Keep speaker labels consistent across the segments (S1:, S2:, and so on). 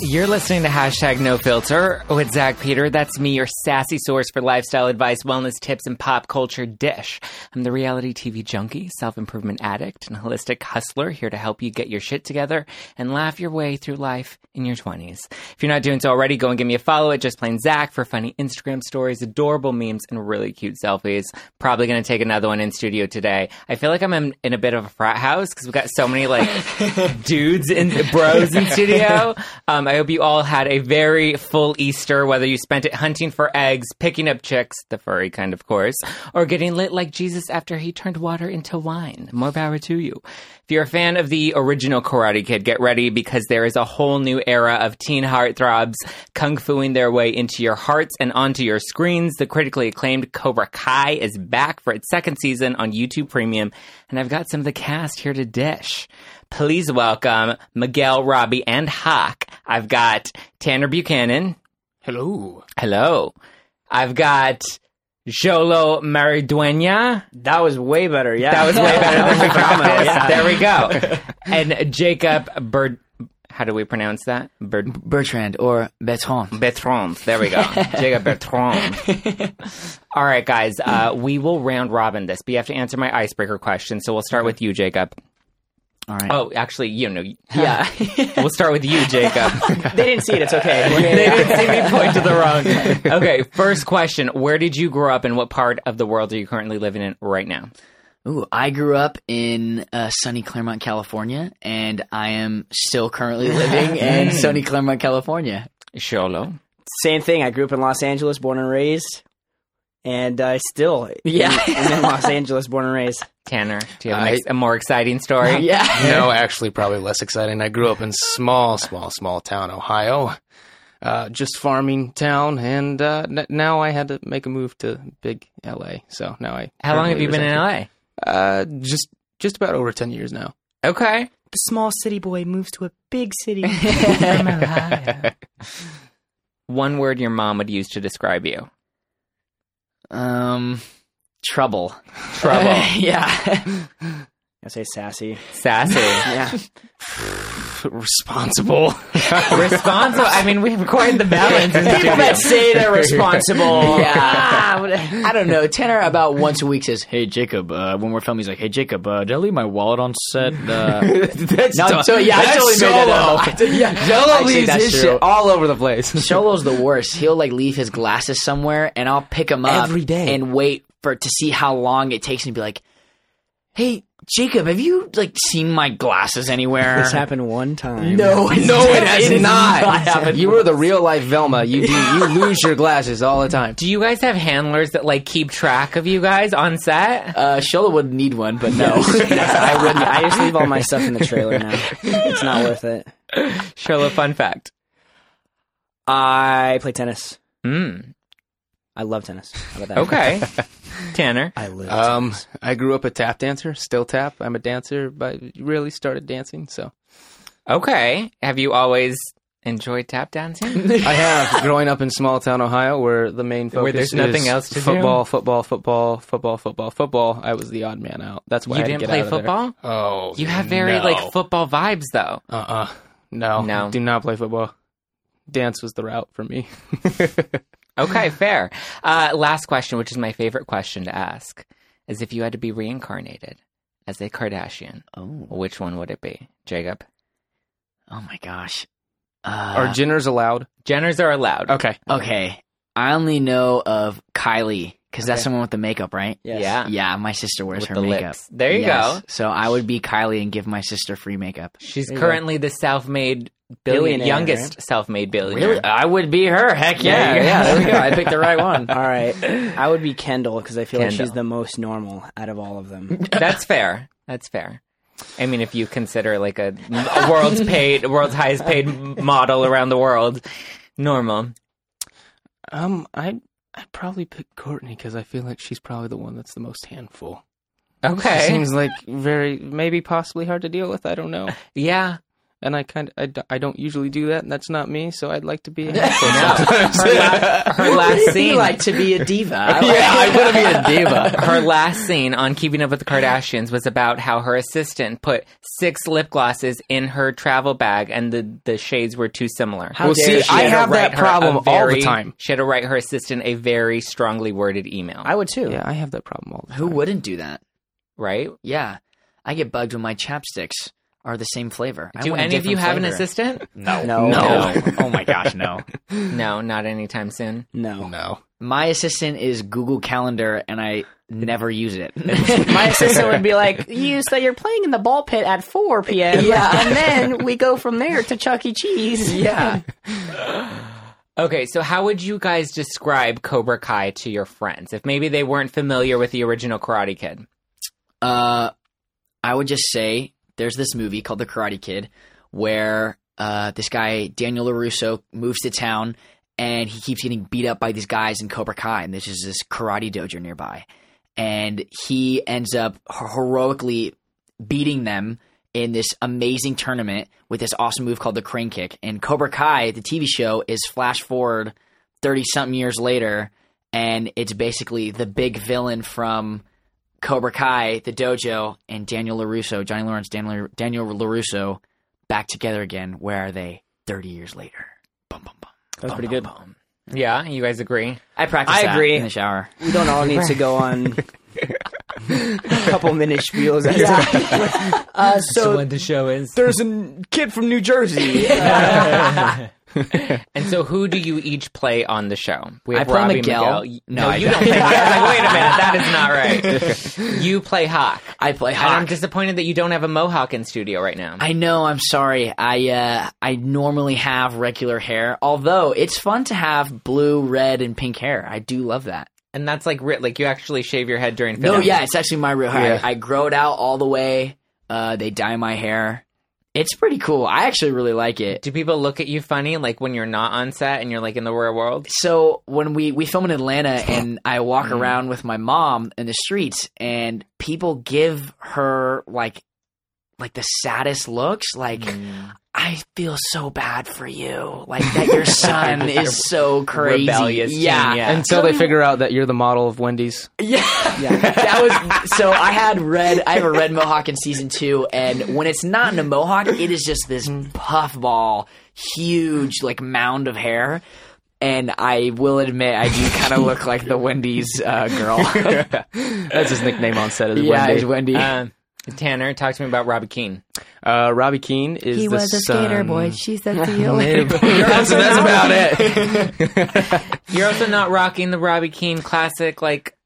S1: You're listening to hashtag no filter with Zach Peter. That's me, your sassy source for lifestyle advice, wellness tips, and pop culture dish. I'm the reality TV junkie, self improvement addict, and holistic hustler here to help you get your shit together and laugh your way through life in your 20s. If you're not doing so already, go and give me a follow at Just Plain Zach for funny Instagram stories, adorable memes, and really cute selfies. Probably going to take another one in studio today. I feel like I'm in, in a bit of a frat house because we've got so many like dudes and bros in studio. Um, I hope you all had a very full Easter, whether you spent it hunting for eggs, picking up chicks, the furry kind, of course, or getting lit like Jesus after he turned water into wine. More power to you. If you're a fan of the original Karate Kid, get ready because there is a whole new era of teen heartthrobs kung fuing their way into your hearts and onto your screens. The critically acclaimed Cobra Kai is back for its second season on YouTube Premium, and I've got some of the cast here to dish please welcome Miguel, Robbie, and Hawk. I've got Tanner Buchanan.
S2: Hello.
S1: Hello. I've got Jolo Mariduena.
S2: That was way better. Yeah.
S1: That was way better than we
S2: Phenomenal,
S1: practiced.
S2: yeah.
S1: There we go. And Jacob Bird. How do we pronounce that? Bird.
S3: Bertrand or Bertrand.
S1: Bertrand. There we go. Jacob Bertrand. All right, guys. Uh, we will round robin this, but you have to answer my icebreaker question. So we'll start with you, Jacob.
S3: All right.
S1: Oh, actually, you know,
S2: Yeah.
S1: we'll start with you, Jacob.
S2: they didn't see it. It's okay.
S1: they didn't see me point to the wrong. Okay, first question: Where did you grow up, and what part of the world are you currently living in right now?
S3: Ooh, I grew up in uh, sunny Claremont, California, and I am still currently living in sunny Claremont, California.
S1: Sholo.
S2: Same thing. I grew up in Los Angeles, born and raised, and I still
S3: Yeah.
S2: am in Los Angeles, born and raised.
S1: Tanner, do you have a,
S4: I-
S1: nice, a more exciting story?
S3: Yeah.
S4: no, actually, probably less exciting. I grew up in small, small, small town, Ohio. Uh, just farming town, and uh, n- now I had to make a move to big LA. So now I.
S1: How long have you been in LA?
S4: Uh, just just about over ten years now.
S1: Okay.
S2: The small city boy moves to a big city.
S1: One word your mom would use to describe you.
S3: Um, trouble.
S1: Trouble.
S3: yeah.
S2: I say sassy.
S1: Sassy.
S2: Yeah.
S4: Responsible.
S1: Responsible. I mean, we have quite the balance. in the
S3: People
S1: studio.
S3: that say they're responsible.
S1: Yeah.
S3: yeah. I don't know. Tanner about once a week says, "Hey Jacob," uh, when we're filming, he's like, "Hey Jacob, uh, did I leave my wallet on set?" Uh,
S4: that's
S3: no, I'm so- yeah, I
S4: that's
S3: totally
S4: solo.
S3: made that up. I did- yeah.
S4: Jolo
S3: Actually,
S4: leaves
S3: that's
S4: his
S3: true.
S4: shit all over the place.
S3: Solo's the worst. He'll like leave his glasses somewhere, and I'll pick them up
S4: Every day.
S3: and wait for to see how long it takes, and be like, "Hey, Jacob, have you like seen my glasses anywhere?"
S2: This happened one time.
S3: No, it's
S4: No, it has
S3: is
S4: not.
S3: happened.
S4: You were the real life Velma. You do, you lose your glasses all the time.
S1: Do you guys have handlers that like keep track of you guys on set?
S3: uh, Shola would need one, but no.
S2: I wouldn't. I just leave all my stuff in the trailer now. It's not worth it.
S1: Shola, fun fact.
S2: I play tennis. Hmm.
S1: Mm,
S2: I love tennis. How about that?
S1: okay. Tanner.
S2: I live.
S4: Um, I grew up a tap dancer, still tap. I'm a dancer, but really started dancing. So
S1: Okay. Have you always enjoyed tap dancing?
S4: I have growing up in small town Ohio, where the main focus
S1: Where there's nothing
S4: is
S1: else to do.
S4: football, football, football, football, football, football. I was the odd man out. That's why
S1: you
S4: I had to
S1: didn't
S4: get
S1: play
S4: out of there.
S1: football?
S4: Oh,
S1: You have very like football vibes though.
S4: uh uh no
S1: No.
S4: do not play football. Dance was the route for me.
S1: Okay, fair. Uh, last question, which is my favorite question to ask, is if you had to be reincarnated as a Kardashian,
S3: oh,
S1: which one would it be? Jacob?
S3: oh my gosh. Uh,
S4: Are Jenners allowed?
S1: Jenners are allowed.
S4: Okay,
S3: okay, I only know of Kylie because that's someone with the makeup, right?
S2: Yes.
S1: Yeah.
S3: Yeah, my sister wears
S1: With
S3: her
S1: the
S3: makeup.
S1: lips. There you
S3: Yes.
S1: go.
S3: So I would be Kylie and give my sister free makeup.
S1: She's
S4: There you go.
S1: currently the self-made billion,
S2: Billionaire,
S1: youngest self-made billionaire.
S3: I would be her. Heck
S2: yeah. Yeah, there we go. I
S3: picked the right one.
S2: All right. I would be Kendall because I feel like she's
S1: Kendall.
S2: the most normal out of all of them.
S1: That's fair. That's fair. I mean, if you consider like a, a world's paid, world's highest paid model around the world, normal.
S4: um, I I'd probably pick Courtney because I feel like she's probably the one that's the most handful.
S1: Okay.
S4: Seems like very maybe possibly hard to deal with. I don't know.
S1: yeah.
S4: and I kind of I, d- I don't usually do that, and that's not me. So I'd like to be. helpful sometimes.
S1: Her, la- her last
S3: You
S1: scene.
S3: like to be a diva. I, want to be a diva.
S1: Her last scene on Keeping Up with the Kardashians was about how her assistant put six lip glosses in her travel bag, and the, the shades were too similar.
S4: well, see,
S1: She had
S4: I
S1: to
S4: have that
S1: write her a
S4: problem all the
S1: very-
S4: time.
S1: She had to write her assistant a very strongly worded email,
S2: I would too.
S4: Yeah, I have that problem all the time.
S3: Who wouldn't do that?
S1: right?
S3: Yeah, I get bugged when my chapsticks are the same flavor. I
S1: Do
S3: want a
S1: any of you
S3: different
S1: have an
S3: flavor.
S1: assistant?
S3: No,
S2: No.
S3: oh my gosh, no.
S1: No, not anytime soon.
S2: No.
S4: No.
S3: My assistant is Google Calendar, and I never use it.
S2: My assistant would be like, "You so you're playing in the ball pit at 4 p.m.
S3: Yeah.
S2: and then we go from there to Chuck E. Cheese."
S3: yeah,
S1: Okay, so how would you guys describe Cobra Kai to your friends if maybe they weren't familiar with the original Karate Kid?
S3: Uh, I would just say there's this movie called The Karate Kid where uh, this guy Daniel Larusso moves to town and he keeps getting beat up by these guys in Cobra Kai, and there's just this karate dojo nearby, and he ends up heroically beating them in this amazing tournament with this awesome move called the crane kick. And Cobra Kai, the TV show, is flash forward thirty something years later, and it's basically the big villain from Cobra Kai, the dojo, and Daniel LaRusso, Johnny Lawrence, Daniel, Daniel LaRusso back together again. Where are they 30 years later? Bum, bum, bum.
S2: That was pretty good.
S1: Yeah, you guys agree?
S3: I practiced
S2: I
S3: that
S2: agree.
S3: in the shower.
S2: We don't all need to go on a couple minute spiels. As to- uh, so
S1: the show is.
S2: there's a n- kid from New Jersey.
S1: And so, who do you each play on the show? We
S3: I play Miguel.
S1: No,
S3: No, I
S1: you don't. Play
S3: don't.
S1: Miguel. I was like, wait a minute, that is not right. You play Hawk,
S3: I play
S1: and I'm
S3: Hawk.
S1: disappointed that you don't have a mohawk in studio right now.
S3: I know. I'm sorry. I uh, I normally have regular hair, although it's fun to have blue, red, and pink hair. I do love that.
S1: and that's like writ- like you actually shave your head during.
S3: No,
S1: filming.
S3: yeah, it's actually my real hair.
S4: Yeah.
S3: I, I grow it out all the way. Uh, they dye my hair. It's pretty cool. I actually really like it.
S1: Do people look at you funny like when you're not on set and you're like in the real world?
S3: so when we we film in Atlanta and I walk around with my mom in the streets and people give her like like the saddest looks like I feel so bad for you like that your son is so crazy
S1: Rebellious teen,
S3: yeah
S1: yeah.
S4: Until they figure out that you're the model of Wendy's.
S3: yeah. that was so I had red I have a red mohawk in season two and when it's not in a mohawk it is just this puffball huge like mound of hair and I will admit I do kind of look like the Wendy's uh, girl
S4: That's his nickname on set. Is
S3: yeah
S4: Wendy.
S3: it's Wendy
S1: Um, Tanner, talk to me about Robbie Keane.
S4: Uh, Robbie Keane is
S5: He
S4: the
S5: was a skater
S4: son-
S5: boy. She's the deal.
S4: that's, that's about it.
S1: You're also not rocking the Robbie Keane classic like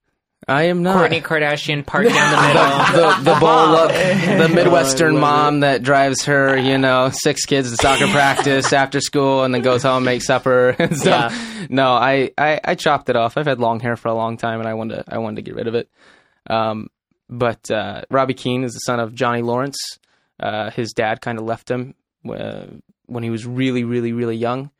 S4: I am not.
S1: Kourtney Kardashian part down the middle.
S4: the, the, the ball up, the Midwestern mom that drives her, you know, six kids to soccer practice after school and then goes home, makes supper. and stuff. No, I, I, I chopped it off. I've had long hair for a long time and I wanted to, I wanted to get rid of it. Um, but uh, Robbie Keane is the son of Johnny Lawrence. Uh, his dad kind of left him uh, when he was really, really, really young.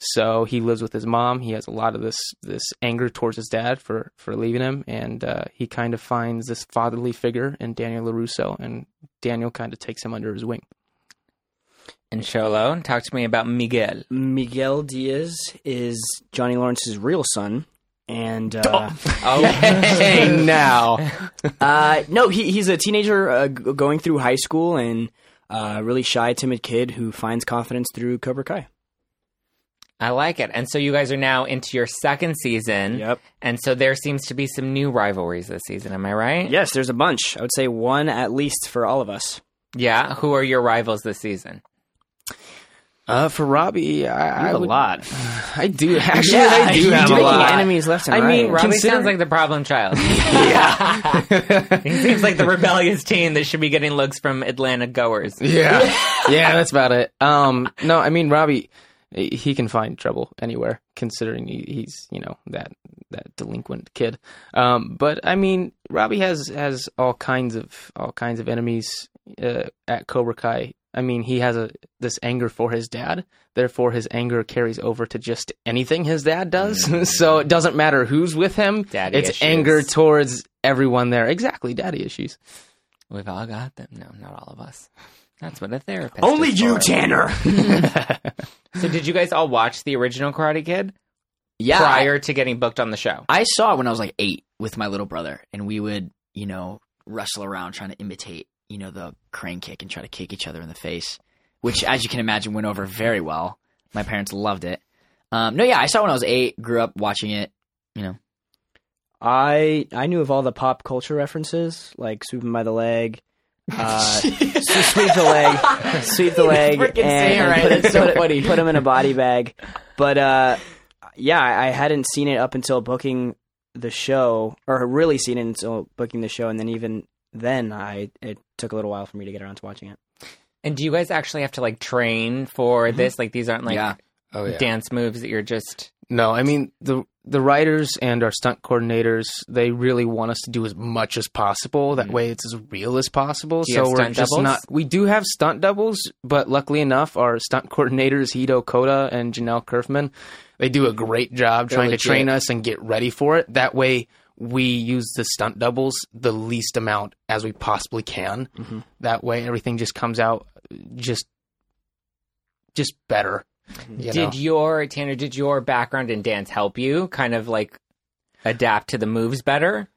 S4: So he lives with his mom. He has a lot of this this anger towards his dad for for leaving him, and uh, he kind of finds this fatherly figure in Daniel Larusso, and Daniel kind of takes him under his wing.
S1: And Sholo, talk to me about Miguel.
S2: Miguel Diaz is Johnny Lawrence's real son, and uh,
S1: Oh, Okay.
S4: now,
S2: uh, no, he, he's a teenager uh, g- going through high school and uh, really shy, timid kid who finds confidence through Cobra Kai.
S1: I like it. And so you guys are now into your second season.
S2: Yep.
S1: And so there seems to be some new rivalries this season. Am I right?
S2: Yes, there's a bunch. I would say one at least for all of us.
S1: Yeah. Who are your rivals this season?
S4: uh, for Robbie, I, I
S3: a
S4: would-
S3: lot
S4: I do actually,
S2: Yeah,
S4: I do
S2: you
S4: have
S2: do
S4: a
S2: making
S4: lot.
S2: enemies left and
S4: I
S2: right.
S4: mean,
S2: Robbie
S1: Robbie
S4: considering-
S1: sounds like the problem child. he seems like the rebellious teen that should be getting looks from Atlanta goers.
S4: Yeah. yeah, that's about it. Um, no, I mean Robbie, he can find trouble anywhere, considering he, he's you know that that delinquent kid. Um, but I mean Robbie has has all kinds of all kinds of enemies uh, at Cobra Kai. I mean he has a this anger for his dad, therefore his anger carries over to just anything his dad does. so it doesn't matter who's with him.
S1: Daddy
S4: it's
S1: issues.
S4: anger towards everyone there. Exactly, daddy issues.
S1: We've all got them. No, not all of us. That's what a therapist.
S2: Only
S1: is
S2: you,
S1: for.
S2: Tanner.
S1: So, did you guys all watch the original Karate Kid
S3: Yeah, I,
S1: prior to getting booked on the show?
S3: I saw it when I was like eight with my little brother, and we would you know wrestle around trying to imitate you know the crane kick and try to kick each other in the face, which as you can imagine went over very well. My parents loved it. Um, no, yeah, I saw it when I was eight. Grew up watching it. You know,
S2: I I knew of all the pop culture references, like sweep him by the leg, uh, swe- sweep the leg, sweep the leg, and,
S3: freaking say it right.
S2: put,
S3: That's so
S2: put-
S3: funny.
S2: put him in a body bag. But uh, yeah, I I hadn't seen it up until booking the show, or really seen it until booking the show, and then even then, I it took a little while for me to get around to watching it.
S1: And do you guys actually have to like train for this? Like, these aren't like
S3: yeah,
S4: Oh yeah.
S1: dance moves that you're just.
S4: No, I mean the the writers and our stunt coordinators, they really want us to do as much as possible. That way it's as real as possible.
S1: Do Mm-hmm. you have
S4: so we're
S1: stunt
S4: just
S1: doubles?
S4: not we do have stunt doubles, but luckily enough our stunt coordinators Hito Koda and Janelle Kerfman, they do a
S1: Mm-hmm.
S4: great job trying to
S3: legit.
S4: train us and get ready for it. That way we use the stunt doubles the least amount as we possibly can. That way everything just comes out just just better. you know?
S1: Mm-hmm. Did your Tanner? Did your background in dance help you kind of like adapt to the moves better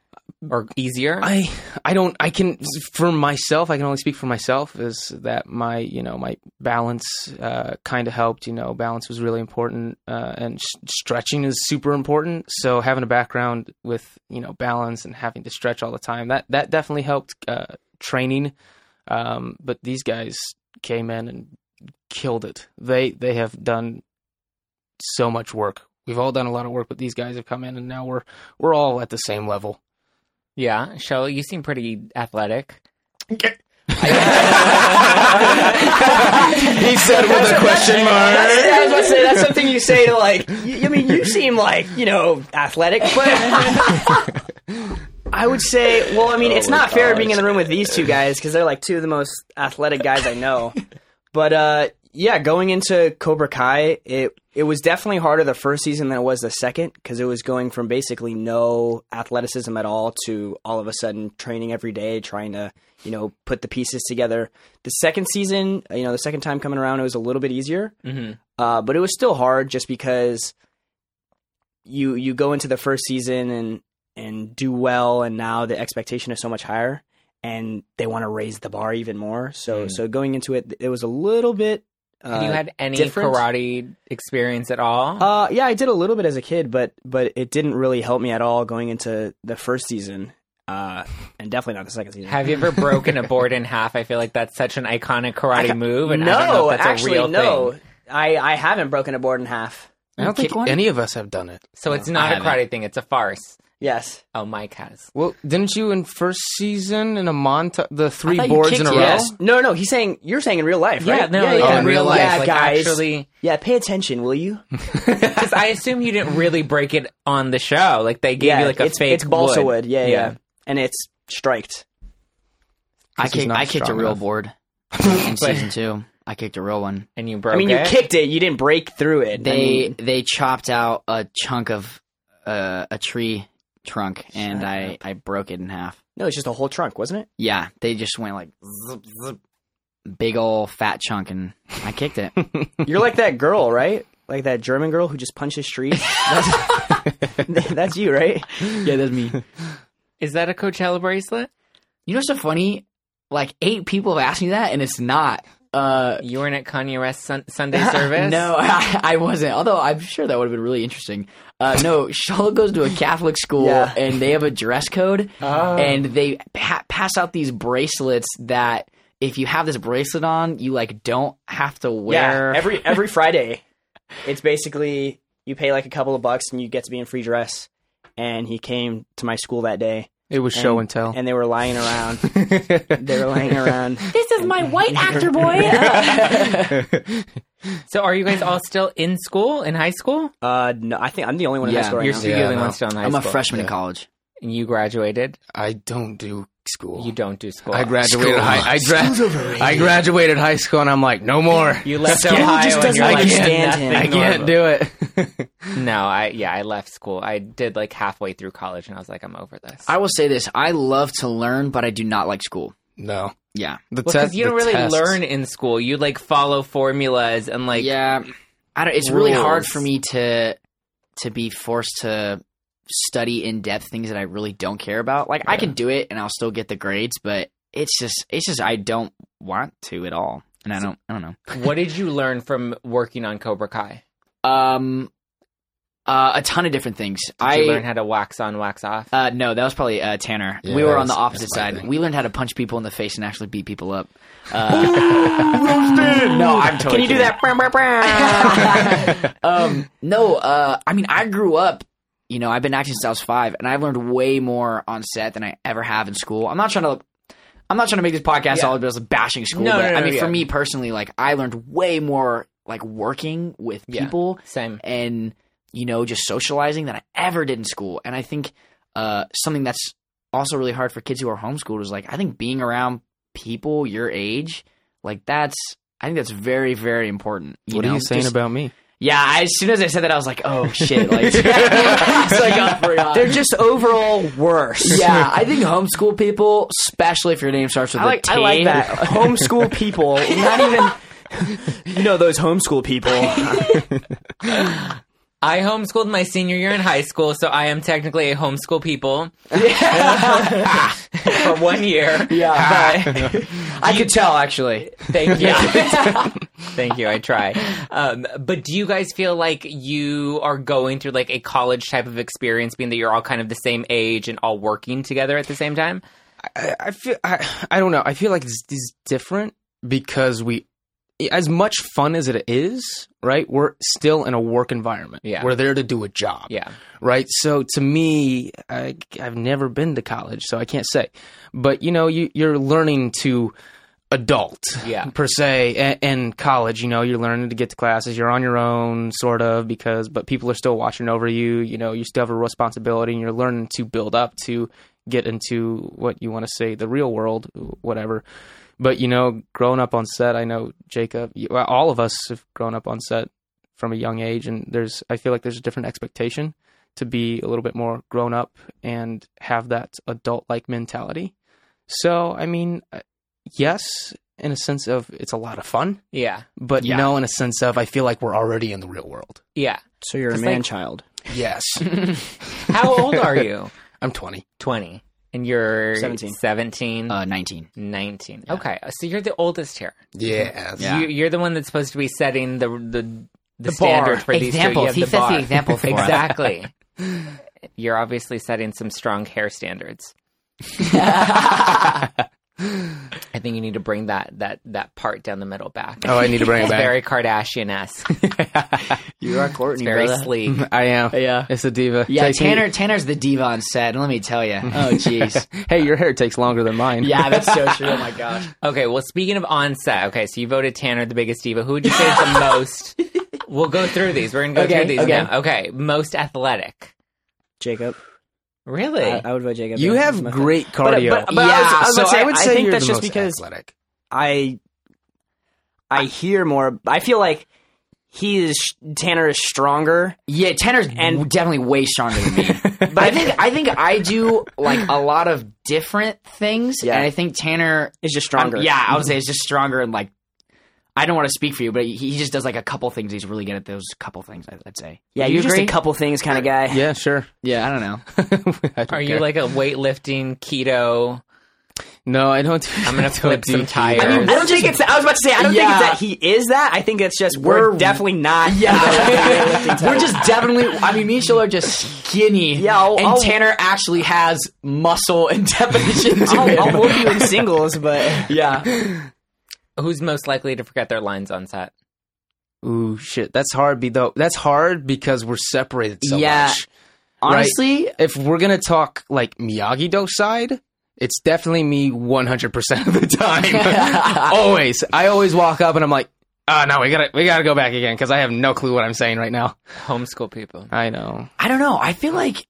S1: or easier?
S4: I I don't I can for myself I can only speak for myself is that my you know my balance uh, kind of helped you know balance was really important uh, and s stretching is super important so having a background with you know balance and having to stretch all the time that that definitely helped uh, training um, but these guys came in and killed it they they have done so much work we've all done a lot of work but these guys have come in and now we're we're all at the same level
S1: yeah, Shelley, you seem pretty athletic. Mm-hmm.
S4: he said with a question mark.
S2: I was about to say that's something you say to like. You, I mean, you seem like you know athletic, but I would say, well, I mean,
S4: Oh
S2: it's not fair being in the room with these two guys because they're like two of the most athletic guys I know. But uh, yeah, going into Cobra Kai, it it was definitely harder the first season than it was the second because it was going from basically no athleticism at all to all of a sudden training every day, trying to you know put the pieces together. The second season, you know, the second time coming around, it was a little bit easier,
S1: Mhm.
S2: uh, but it was still hard just because you you go into the first season and and do well, and now the expectation is so much higher, and they want to raise the bar even more. So so going into it, it was a little bit. Uh,
S1: Have you had any
S2: different?
S1: karate experience at all?
S2: uh, yeah, I did a little bit as a kid, but but it didn't really help me at all going into the first season, uh, and definitely not the second season.
S1: Have you ever broken a board in half? I feel like that's such an iconic karate move, and I don't know
S2: no,
S1: if that's
S2: actually,
S1: a real
S2: no.
S1: thing.
S2: I I haven't broken a board in half.
S4: I don't think
S3: Kick one?
S4: any of us have done it.
S1: So it's not a
S3: haven't.
S1: karate thing; it's a farce.
S2: Yes.
S1: Oh, Mike has.
S4: Well, didn't you in first season in a montage the three
S3: thought you
S4: boards
S3: kicked
S4: in a row?
S3: yes.
S2: No, no. He's saying you're saying in real life, right?
S1: Yeah, no,
S2: yeah, Oh,
S1: like
S2: yeah.
S1: Oh, in real life,
S2: yeah,
S1: like
S2: guys.
S1: actually,
S2: Yeah, pay attention, will you?
S1: because I assume you didn't really break it on the show. Like they gave
S2: yeah,
S1: you like a
S2: it's,
S1: fake
S2: it's balsa wood. Yeah, yeah,
S1: Yeah.
S2: and it's striked.
S3: I
S4: he's
S3: kicked
S4: not
S3: I kicked a
S4: strong
S3: real
S4: enough.
S3: board in season two. I kicked a real one.
S1: and you broke.
S2: I mean,
S1: it.
S2: you kicked it. You didn't break through it. I
S3: They
S2: mean,
S3: they chopped out a chunk of uh, a tree trunk and I, I broke it in half.
S2: no, it's just a whole trunk, wasn't it?
S3: Yeah, they just went like zip, zip, big old fat chunk, and I kicked it.
S2: You're like that girl, right? Like that German girl who just punches trees. That's, that's you, right?
S3: yeah, that's me.
S1: Is that a Coachella bracelet?
S3: You know what's so funny? Like eight people have asked me that, and it's not. Uh,
S1: You weren't at Kanye West sun- Sunday service.
S3: No, I, I wasn't. Although I'm sure that would have been really interesting. Uh, no, Charlotte goes to a Catholic school
S2: Yeah. Oh.
S3: and they have a dress code, and they pa- pass out these bracelets that if you have this bracelet on, you like don't have to wear.
S2: Yeah. Every every Friday, it's basically you pay like a couple of bucks and you get to be in free dress. And he came to my school that day,
S4: It was show and tell.
S2: and they were lying around. they were lying around.
S3: this is my white actor boy.
S1: So are you guys all still in school in high school?
S2: Uh, no, I think I'm the only one in high
S3: Yeah,
S2: school right
S1: You're
S2: now.
S1: still
S4: Yeah,
S1: the only
S4: no.
S1: one still in high
S3: I'm
S1: school.
S3: a freshman in college.
S1: And you graduated.
S4: I don't do school.
S1: You don't do school.
S4: I graduated
S3: School.
S4: high. I, gra- I graduated high school, and I'm like, no more.
S1: You left
S4: School
S1: Ohio
S4: just
S1: and
S4: doesn't
S1: you're like,
S2: understand
S1: nothing
S2: him.
S4: I
S1: normal.
S4: can't do it.
S1: No, I yeah, I left school. I did like halfway through college, and I was like, I'm over this.
S3: I will say this: I love to learn, but I do not like school.
S4: no,
S3: Yeah.
S4: The
S1: Well,
S4: te-
S1: because you don't
S4: the
S1: really
S4: tests.
S1: learn in school. You like follow formulas and like
S3: yeah. I don't, it's really hard
S1: rules.
S3: for me to to be forced to study in depth things that I really don't care about. Like I can do it and I'll still get the grades, but it's just it's just I don't want to at all. And I don't I don't know.
S1: what did you learn from working on Cobra Kai?
S3: Um uh, a ton of different things.
S1: Did
S3: I
S1: you learn how to wax on, wax off?
S3: Uh, no, that was probably uh, Tanner.
S4: Yeah,
S3: we were on the
S4: that's-
S3: opposite
S4: that's my
S3: side.
S4: thing.
S3: We learned how to punch people in the face and actually beat people up. Uh, no, I'm totally.
S2: Can you do
S3: kidding.
S2: that? Brr, brr, brr.
S3: um, no, uh, I mean, I grew up. You know, I've been acting since I was five, and I've learned way more on set than I ever have in school. I'm not trying to. I'm not trying to make this podcast all about us bashing school.
S1: No,
S3: but,
S1: no, no,
S3: I mean,
S1: yeah.
S3: for me personally, like I learned way more like working with
S1: Yeah.
S3: people
S1: Same.
S3: and you know just socializing than I ever did in school. And I think uh, something that's also really hard for kids who are homeschooled is like I think being around people your age, like that's I think that's very very important. You
S4: What
S3: know?
S4: are you saying
S3: Just-
S4: about me?
S3: Yeah, I, as soon as I said that, I was like, oh shit, like it's like up for y'all.
S2: Uh, They're just overall worse.
S3: yeah, I think homeschool people, especially if your name starts with
S2: I like
S3: a T,
S2: I like that. homeschool people, not even you know those homeschool people.
S1: I homeschooled my senior year in high school, so I am technically a homeschool people for one year.
S3: Yeah,
S2: I could tell actually.
S1: Thank you. Thank you. I try. Um, but do you guys feel like you are going through like a college type of experience, being that you're all kind of the same age and all working together at the same time?
S4: I, I feel I, I don't know. I feel like it's, it's different because we, as much fun as it is, right? We're still in a work environment.
S1: Yeah.
S4: we're there to do a job.
S1: Yeah.
S4: right? So to me, I, I've never been to college, so I can't say. But you know, you, you're learning to adult,
S1: Yeah.
S4: per se. And, and college, you know, you're learning to get to classes. You're on your own, sort of, because but people are still watching over you. You know, you still have a responsibility, and you're learning to build up to get into what you want to say the real world, whatever. But you know, growing up on set, I know Jacob. You, well, all of us have grown up on set from a young age, and there's I feel like there's a different expectation to be a little bit more grown up and have that adult like mentality. So, I mean, uh, yes, in a sense of it's a lot of fun,
S1: Yeah.
S4: but
S3: Yeah.
S4: no, in a sense of I feel like we're already in the real world.
S1: Yeah.
S2: So you're a
S1: It's like-
S2: man child.
S4: Yes,
S1: How old are you?
S4: I'm 20.
S1: 20. And you're
S2: 17.
S1: 17,
S3: uh, nineteen.
S1: 19. Okay. So you're the oldest here.
S4: Yes.
S3: Yeah.
S1: You, you're the one that's supposed to be setting the the, the,
S3: The
S1: standard
S3: bar.
S1: for these
S3: Examples.
S1: two.
S3: He
S1: Yeah,
S3: sets the
S1: bar.
S3: example for us.
S1: exactly. You're obviously setting some strong hair standards. I think you need to bring that that that part down the middle back.
S4: Oh, I need to bring it
S1: it's
S4: back.
S1: very Kardashian esque.
S3: You are Courtney,
S1: Very sleek.
S4: I am.
S3: Yeah.
S4: It's a diva.
S3: Yeah,
S4: Takes me-
S3: Tanner. Tanner's the diva on set. Let me tell you. Oh, jeez.
S4: Hey, your hair takes longer than mine.
S3: yeah, that's so true. Oh my gosh.
S1: Okay, well, speaking of onset, okay, so you voted Tanner the biggest diva. Who would you say is the most? We'll go through these. We're gonna go
S3: Okay,
S1: through these
S3: okay.
S1: now. Okay, most athletic.
S2: Jacob.
S1: Really?
S2: I, I would vote Jacob.
S4: You
S2: Yeah,
S4: have
S2: that's my
S4: great
S2: but-
S4: cardio.
S2: but I was- I was
S4: so
S2: gonna say,
S4: I would
S2: I
S4: say
S2: think
S4: you're
S2: that's
S4: the
S2: just
S4: most
S2: because-
S4: athletic.
S2: I I hear more. I feel like he is Tanner is stronger.
S3: Yeah, Tanner's and definitely way stronger than me. but I think I think I do like a lot of different things,
S2: Yeah.
S3: and I think Tanner
S2: Is just stronger.
S3: Um, yeah, I would say it's just stronger and like. I don't want to speak for you, but he- he just does like a couple things. He's really good at those couple things. I- I'd say.
S2: yeah.
S3: Would
S2: You're
S3: you
S2: just a
S3: agree?
S2: couple things kind of guy.
S4: Yeah, sure.
S3: Yeah, I don't know.
S1: Are you like a weightlifting keto?
S4: No, I don't.
S1: I'm gonna
S4: I don't
S1: flip
S4: do
S1: some tires.
S4: keto.
S2: I don't think it's. I was about to say. I don't
S3: Yeah.
S2: think it's that he is that. I think it's just we're,
S3: We're-
S2: definitely not.
S3: Yeah, we're just definitely. I mean, me and Shill are just skinny.
S2: Yeah, I'll-
S3: and
S2: I'll-
S3: Tanner actually has muscle and definition to
S2: I'll,
S3: him.
S2: I'll whoop you in singles, but
S3: yeah,
S1: Who's most likely to forget their lines on set?
S4: Ooh, shit. That's hard. Be though. That's hard because we're separated so
S3: Yeah.
S4: much.
S3: honestly,
S4: If we're gonna talk like Miyagi Do side, it's definitely me 100 percent of the time. always. I always walk up and I'm like, oh no, we gotta we gotta go back again because I have no clue what I'm saying right now.
S1: Homeschool people.
S4: I know.
S3: I don't know. I feel like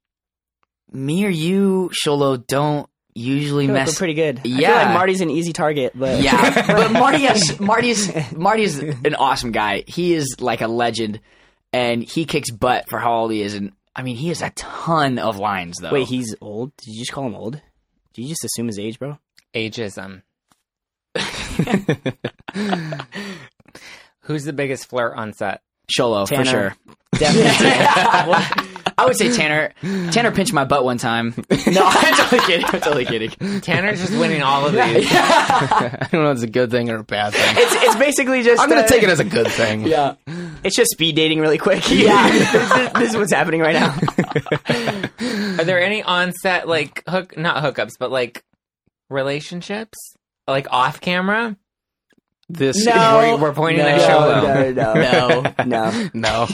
S3: me or you, Sholo, don't usually
S2: we're
S3: mess.
S2: pretty good. I
S3: Yeah.
S2: feel like Marty's an easy target, but
S3: yeah, but Marty is Marty is Marty is an awesome guy. He is like a legend, and he kicks butt for how old he is. And I mean, he has a ton of lines though.
S2: Wait, he's old. Did you just call him old? Did you just assume his age, bro?
S1: Ageism. Who's the biggest flirt on set?
S3: Sholo
S2: Tanner.
S3: for sure.
S2: Definitely.
S3: I would say Tanner. Tanner pinched my butt one time. No, I'm totally kidding. I'm totally kidding.
S1: Tanner's just winning all of these.
S4: I don't know if it's a good thing or a bad thing.
S2: it's, it's basically just.
S4: I'm going
S2: uh,
S4: to take it as a good thing.
S3: Yeah.
S2: It's just speed dating really quick. Yeah. this, this is what's happening right now.
S1: Are there any on set like hook not hookups, but like relationships? Like off camera?
S4: This
S1: We're, we're pointing at Sholo.
S2: no, no, no, no.
S4: No.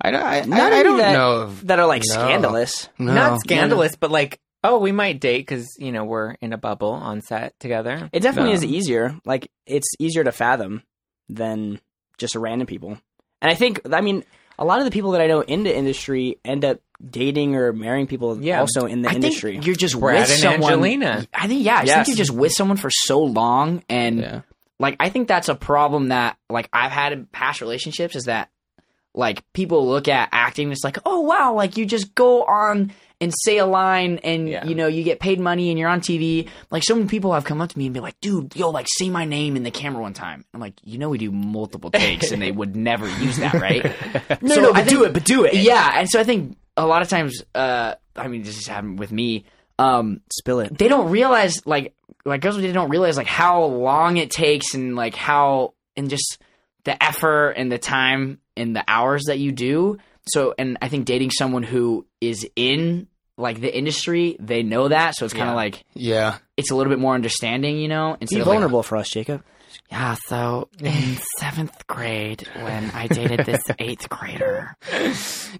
S4: I don't, I,
S2: None
S4: I, I
S2: of
S4: don't
S2: that-
S4: know. If,
S2: That are like
S4: No.
S2: scandalous.
S4: no.
S1: Not scandalous, but like, oh, we might date because, you know, we're in a bubble on set together.
S2: It definitely
S4: No.
S2: is easier. Like it's easier to fathom than just random people. And I think I mean a lot of the people that I know in the industry end up dating or marrying people
S1: Yeah.
S2: also in the
S3: I
S2: industry.
S3: think you're just
S1: Brad
S3: with
S1: and
S3: someone.
S1: Angelina.
S3: I think yeah. I just
S2: Yes.
S3: think you're just with someone for so long, and
S4: Yeah.
S3: like I think that's a problem that like I've had in past relationships is that like people look at acting and it's like oh wow like you just go on and say a line and
S1: Yeah.
S3: you know you get paid money and you're on TV like so many people have come up to me and be like dude yo like say my name in the camera one time I'm like you know we do multiple takes and they would never use that right
S2: no,
S3: So
S2: no,
S3: I
S2: but do
S3: think-
S2: it, but do it.
S3: yeah and so I think a lot of times uh I mean this has happened with me um
S2: Spill it.
S3: they don't realize like like girls they don't realize like how long it takes and like how and just the effort and the time and the hours that you do so and i think dating someone who is in like the industry they know that so it's kind of
S1: Yeah.
S3: like
S4: Yeah.
S3: it's a little bit more understanding you know instead
S2: Be
S3: of like,
S2: vulnerable for us, Jacob.
S3: yeah, so in seventh grade, when I dated this eighth grader,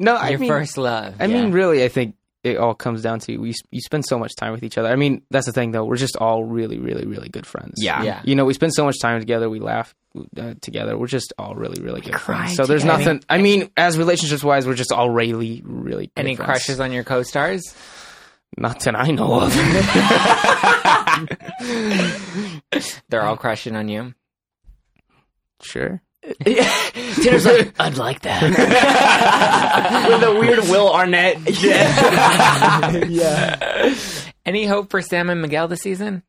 S4: No, I
S1: Your
S4: mean,
S1: first love.
S4: I mean, really, I think it all comes down to we. You spend so much time with each other. I mean, that's the thing, though. We're just all really, really, really good friends.
S3: Yeah.
S1: Yeah.
S4: You know, we spend so much time together. We laugh uh, together. We're just all really, really good
S3: cry
S4: friends. So there's
S3: together.
S4: nothing. I mean, as relationships wise, we're just all really, really. Good
S1: Any
S4: friends.
S1: crushes on your co stars?
S4: Not that I know of.
S1: They're all crushing on you.
S4: sure.
S3: Tanner's like, I'd like that.
S2: With a weird Will Arnett.
S1: Any hope for Sam and Miguel this season?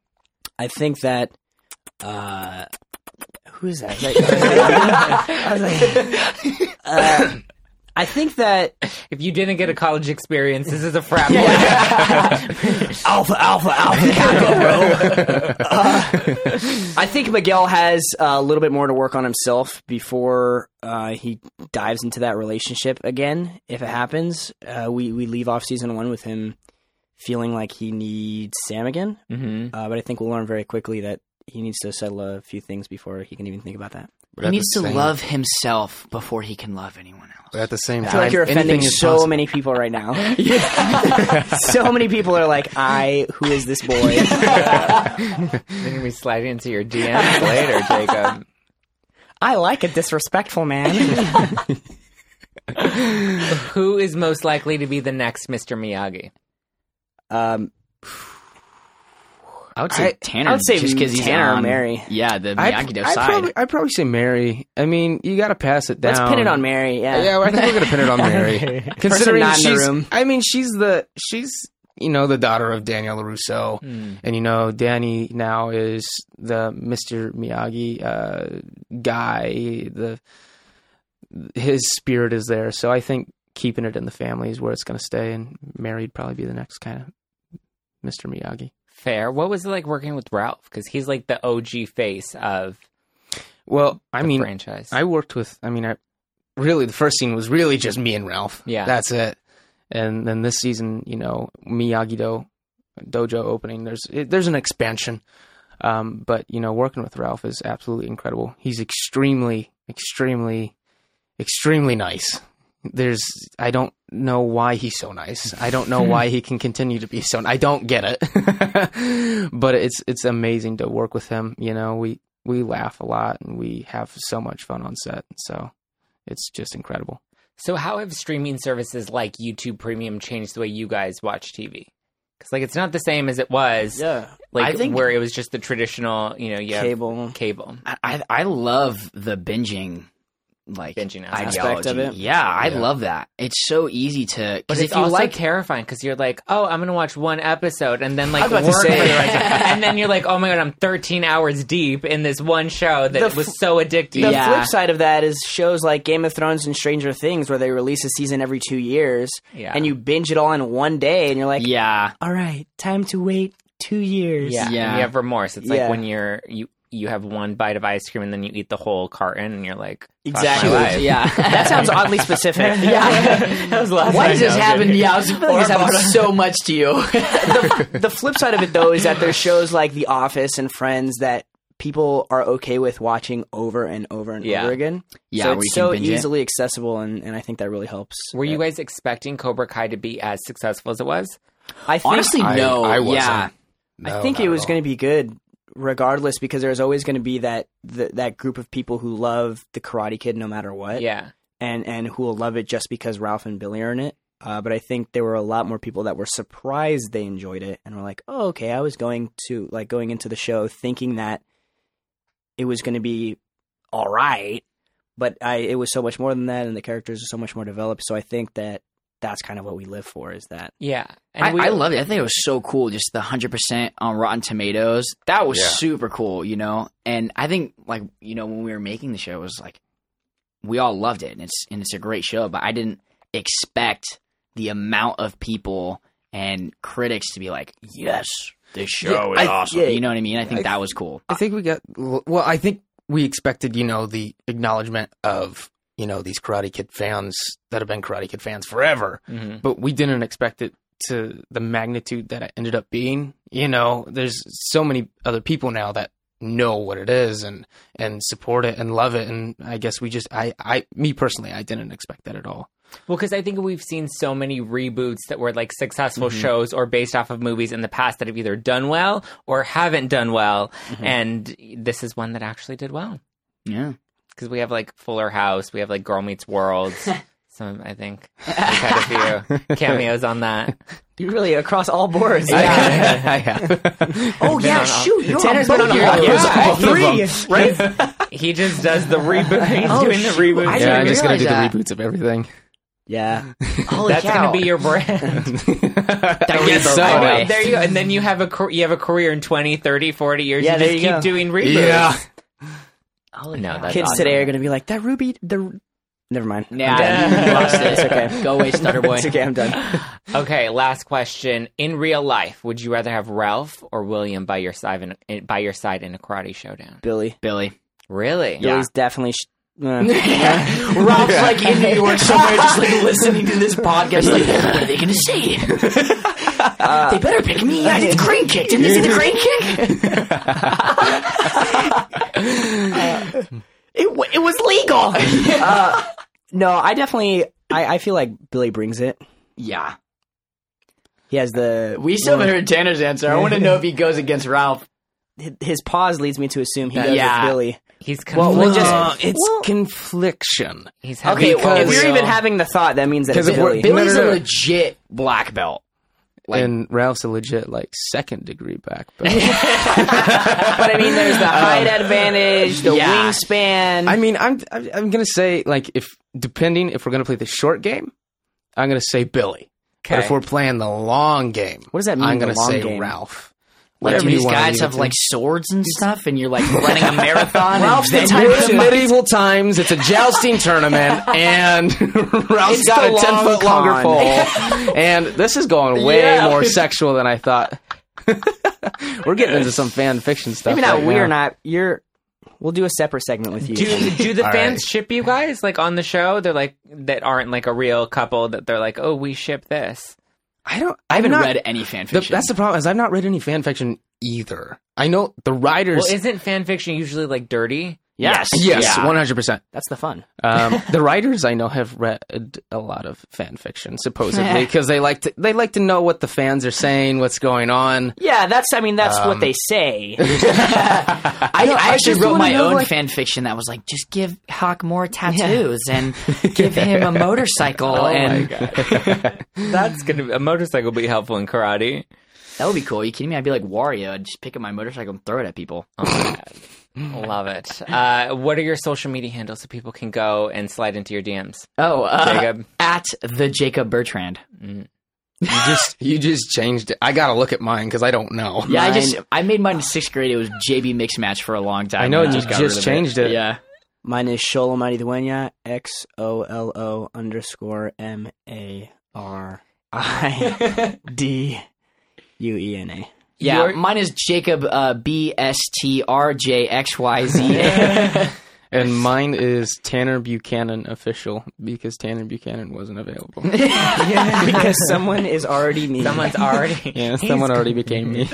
S2: I think that. Uh, who is that? Is that- I was like, uh, I think that
S1: If you didn't get a college experience, this is a frat boy.
S2: alpha, alpha, alpha, Kappa, bro. Uh, I think Miguel has uh, a little bit more to work on himself before uh, he dives into that relationship again. If it happens, uh, we we leave off season one with him feeling like he needs Sam again.
S1: hmm
S2: Uh, but I think we'll learn very quickly that he needs to settle a few things before he can even think about that.
S3: he needs to love himself before he can love anyone else.
S4: At the same
S2: I feel like you're offending so many people right now. so many people are like, "I, who is this boy?"
S1: They're going to be sliding into your DMs later, Jacob.
S2: I like a disrespectful man.
S1: Who is most likely to be the next Mr. Miyagi?
S2: um,
S3: I would say
S4: I-
S3: Tanner.
S2: I would say
S3: just because he's
S2: Tanner or
S3: on-
S2: Mary.
S3: Yeah, the
S4: I
S3: Miyagi Do
S4: I'd
S3: side.
S4: probably, I'd probably say Mary. I mean, you got to pass it down.
S2: let's pin it on Mary. Yeah.
S4: Yeah, well, I think we're gonna pin it on Mary. Considering
S2: not in the
S4: she's,
S2: room.
S4: I mean, she's the she's you know the daughter of Daniel Larusso,
S2: Mm-hmm.
S1: Hmm.
S4: and you know Danny now is the Mister Miyagi uh, guy. The his spirit is there, so I think keeping it in the family is where it's gonna stay, and Mary'd probably be the next kind of Mister Miyagi.
S1: Fair. What was it like working with Ralph? Because he's like the OG face of
S4: Well, I
S1: the
S4: mean,
S1: franchise.
S4: I worked with. I mean, I really the first scene was really just me and Ralph.
S1: Yeah.
S4: that's it. And then this season, you know, Miyagi Do dojo opening. There's it, there's an expansion, um, but you know, working with Ralph is absolutely incredible. He's extremely, extremely, extremely nice. There's I don't know why he's so nice. I don't know why he can continue to be so. I don't get it. but it's it's amazing to work with him. You know, we we laugh a lot and we have so much fun on set. So it's just incredible.
S1: so, how have streaming services like YouTube Premium changed the way you guys watch TV? Because like it's not the same as it was.
S2: Yeah.
S1: Like
S3: I think-
S1: where it was just the traditional, you know, you have
S2: Cable.
S1: cable.
S3: I, I I love the binging like
S1: Binging aspect
S3: ideology.
S2: of it.
S3: Yeah, I love that. It's so easy to
S1: But
S3: because
S1: it's
S3: if you
S1: also
S3: like
S1: terrifying because you're like, oh, I'm gonna watch one episode and then like
S2: was
S1: work
S2: about to
S1: for the
S2: say.
S1: rest, and then you're like, oh my god, I'm 13 hours deep in this one show that
S2: The f-
S1: was so addictive.
S2: The
S3: Yeah.
S2: flip side of that is shows like Game of Thrones and Stranger Things, where they release a season every two years,
S1: Yeah.
S2: and you binge it all in one day, and you're like,
S3: yeah,
S2: "All right, time to wait two years."
S1: Yeah,
S3: Yeah.
S1: And you have remorse. It's like
S2: Yeah.
S1: when you're you you have one bite of ice cream and then you eat the whole carton and you're like, fuck my
S2: Exactly.
S1: life.
S3: yeah.
S2: that sounds oddly specific.
S3: Yeah.
S1: That was last
S3: Why
S1: time
S3: does this
S1: I
S3: happen
S1: did
S3: to
S1: it.
S3: me? I was feeling this happened so much to you.
S2: the flip side of it though is that there's shows like The Office and Friends that people are okay with watching over and over and
S1: Yeah.
S2: over again.
S3: Yeah,
S2: so
S3: where you
S2: it's
S3: can
S2: so
S3: binge it.
S2: easily accessible, and, and I think that really helps.
S1: Were you guys expecting Cobra Kai to be as successful as it was?
S2: I think,
S3: Honestly,
S5: I-
S3: no.
S5: I wasn't.
S3: yeah,
S2: I think it was going to be good regardless because there's always going to be that th- that group of people who love the Karate Kid no matter what,
S1: Yeah,
S2: and and who will love it just because Ralph and Billy are in it. Uh, but I think there were a lot more people that were surprised they enjoyed it and were like, "Oh, okay." I was going to like going into the show thinking that it was going to be all right, but I it was so much more than that, and the characters are so much more developed. So I think that that's kind of what we live for is that
S1: yeah.
S3: I,
S1: we-
S3: I loved it. I think it was so cool. Just the hundred percent on Rotten Tomatoes. That was
S5: Yeah.
S3: super cool. You know, and I think like you know when we were making the show, it was like we all loved it, and it's and it's a great show. But I didn't expect the amount of people and critics to be like, yes, this show is
S4: I-
S3: awesome.
S2: yeah.
S3: you know what I mean? I think
S4: I-
S3: that was cool.
S4: I think we got well. I think we expected, you know, the acknowledgement of you know these Karate Kid fans that have been Karate Kid fans forever,
S1: Mhm.
S4: but we didn't expect it to the magnitude that it ended up being. You know, there's so many other people now that know what it is and and support it and love it, and I guess we just I I me personally I didn't expect that at all.
S1: Well, because I think we've seen so many reboots that were like successful shows or based off of movies in the past that have either done well or haven't done well, and this is one that actually did well
S3: Yeah.
S1: because we have like Fuller House, we have like Girl Meets World. Some I think we've had a few cameos on that.
S2: you really across all boards.
S4: I, I have.
S3: Oh yeah,
S1: on all-
S3: shoot, you're
S2: Tanner's been
S3: both
S2: on
S3: your-
S2: all of those.
S3: Yeah.
S2: All three.
S1: right? he just does the reboot. He's
S3: Oh,
S1: doing the
S3: shoot.
S1: reboot.
S3: I
S4: yeah,
S3: didn't
S4: I'm just gonna do
S3: realize
S4: the reboots of everything.
S2: Yeah.
S3: Holy
S1: That's
S3: cow.
S1: gonna be your brand.
S4: I
S3: guess so. uh,
S1: I know.
S3: Okay.
S1: There you go. And then you have a car- you have a career in 20, 30, 40 years.
S2: Yeah,
S1: you
S2: there
S1: just
S2: you
S1: keep
S2: go.
S1: doing reboots.
S4: Yeah.
S3: Holy
S1: No,
S3: cow.
S1: that's
S2: Kids
S1: awesome.
S2: today are going to be like, that Ruby, the. Never mind. I'm
S3: Nah,
S2: done.
S3: you lost it.
S2: It's okay.
S3: Go away, Stutter Boy.
S2: It's okay, I'm done.
S1: Okay, last question. In real life, would you rather have Ralph or William by your side in, in- by your side in a karate showdown?
S2: Billy.
S3: Billy.
S1: Really?
S2: Billy's definitely. Sh- uh,
S3: Rob's like in New York somewhere, just like listening to this podcast. Like, what are they going to say? they better pick me. I did the crane kick. Didn't they see the crane kick? it, wa- it was legal.
S2: no, I definitely. I, I feel like Billy brings it.
S3: Yeah,
S2: He has the.
S3: we still haven't heard Tanner's answer. I want to know if he goes against Ralph.
S2: His pause leads me to assume he goes
S3: Yeah.
S2: with Billy.
S1: He's
S4: Well,
S1: conflicted.
S4: uh, it's confliction.
S1: He's having
S3: okay, well,
S2: If
S3: Because-
S2: you're even having the thought, that means that it's
S4: Because
S2: Billy.
S4: it- Billy-
S3: Billy's
S4: no, no.
S3: a legit black belt. Like-
S4: and Ralph's a legit like second degree back
S2: but
S4: belt.
S2: I mean, there's the height advantage, the
S3: yeah.
S2: wingspan.
S4: I mean, I'm I'm I'm gonna say like if depending if we're gonna play the short game, I'm gonna say Billy. But if
S1: Okay.
S4: we're playing the long game,
S2: What does that mean,
S4: I'm
S2: the
S4: gonna
S2: long
S4: say
S2: game?
S4: Ralph.
S3: Like, do
S4: Whatever you
S3: these
S4: wanna
S3: guys
S4: leave it
S3: have
S4: to.
S3: like swords and stuff, and you're like running a marathon.
S2: Ralph's the
S3: and
S2: type
S4: It's medieval times. It's a jousting tournament, and Ralph's
S2: It's
S4: got
S2: the
S4: a ten
S2: long
S4: foot longer
S2: con.
S4: pole. and this is going way
S3: Yeah.
S4: more sexual than I thought. we're getting into some fan fiction stuff.
S2: Maybe not.
S4: right
S2: We're
S4: now.
S2: not. You're. We'll do a separate segment with you.
S1: do do the
S4: All
S1: fans
S4: right.
S1: ship you guys like on the show? They're like that aren't like a real couple that they're like, oh, we ship this.
S4: I don't.
S3: I
S4: I'm
S3: haven't
S4: not-
S3: read any fan
S4: The,
S3: fiction.
S4: that's the problem is I've not read any fan fiction either. I know the writers.
S1: Well, isn't fan fiction usually like dirty?
S3: yes,
S4: yes,
S3: Yeah.
S4: one hundred percent.
S2: That's the fun.
S4: Um, the writers I know have read a lot of fan fiction, supposedly, because they like to they like to know what the fans are saying, what's going on.
S2: Yeah, that's. I mean, that's what they say.
S3: I, I actually
S2: just
S3: wrote
S2: wanna
S3: my
S2: know,
S3: own
S2: like-
S3: fan fiction that was like, just give Hawk more tattoos and give him a motorcycle, and
S1: That's gonna be, a motorcycle be helpful in karate.
S4: Oh
S3: that would be cool. Are you kidding me? I'd be like Wario. I'd just pick up my motorcycle and throw it at people.
S1: Love it. Uh, what are your social media handles so people can go and slide into your DMs?
S3: Oh, uh,
S1: Jacob.
S3: at the Jacob Bertrand.
S4: You just you just changed it. I gotta look at mine because I don't know.
S3: Yeah, I
S2: Mine-
S3: just I made mine in sixth grade. It was JB Mix Match for a long time.
S4: I know,
S3: and
S4: and you
S3: got rid
S4: just
S3: of
S4: changed it.
S3: Yeah,
S2: Mine is Sholom Ariduena, X O L O underscore M A R I D U E N A.
S3: yeah.
S1: Your-
S3: Mine is Jacob uh, B S T R J X Y Z. A.
S4: And mine is Tanner Buchanan official because Tanner Buchanan wasn't available.
S2: Because someone is already me.
S1: Someone's already.
S4: Yeah, someone already became me.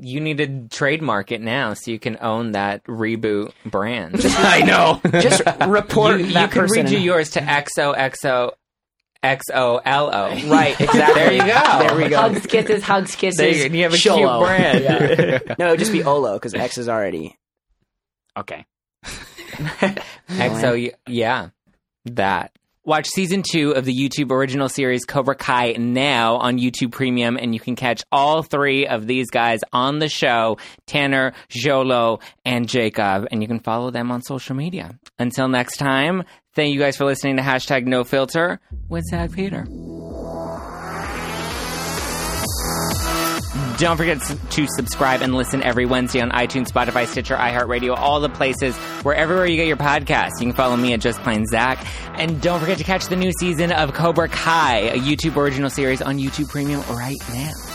S1: You need to trademark it now so you can own that reboot brand.
S4: I know.
S2: Just report
S1: you, you
S2: that
S1: can
S2: person.
S1: redo yours to XOXO XOLO.
S2: Right, exactly.
S1: There you go.
S2: There we go.
S3: hugs kisses, hugs kisses.
S1: There you, you have a
S3: Shalom.
S1: cute brand.
S2: No, it would just be Olo because X is already.
S3: Okay.
S1: XO, y- yeah, that. Watch season two of the YouTube original series Cobra Kai now on YouTube Premium, and you can catch all three of these guys on the show Tanner, Jolo, and Jacob, and you can follow them on social media. Until next time, thank you guys for listening to hashtag no filter with Zach Peter. Don't forget to subscribe and listen every Wednesday on iTunes, Spotify, Stitcher, iHeartRadio, all the places where everywhere you get your podcast. You can follow me at Just Plain Zach. And don't forget to catch the new season of Cobra Kai, a YouTube original series on YouTube Premium right now.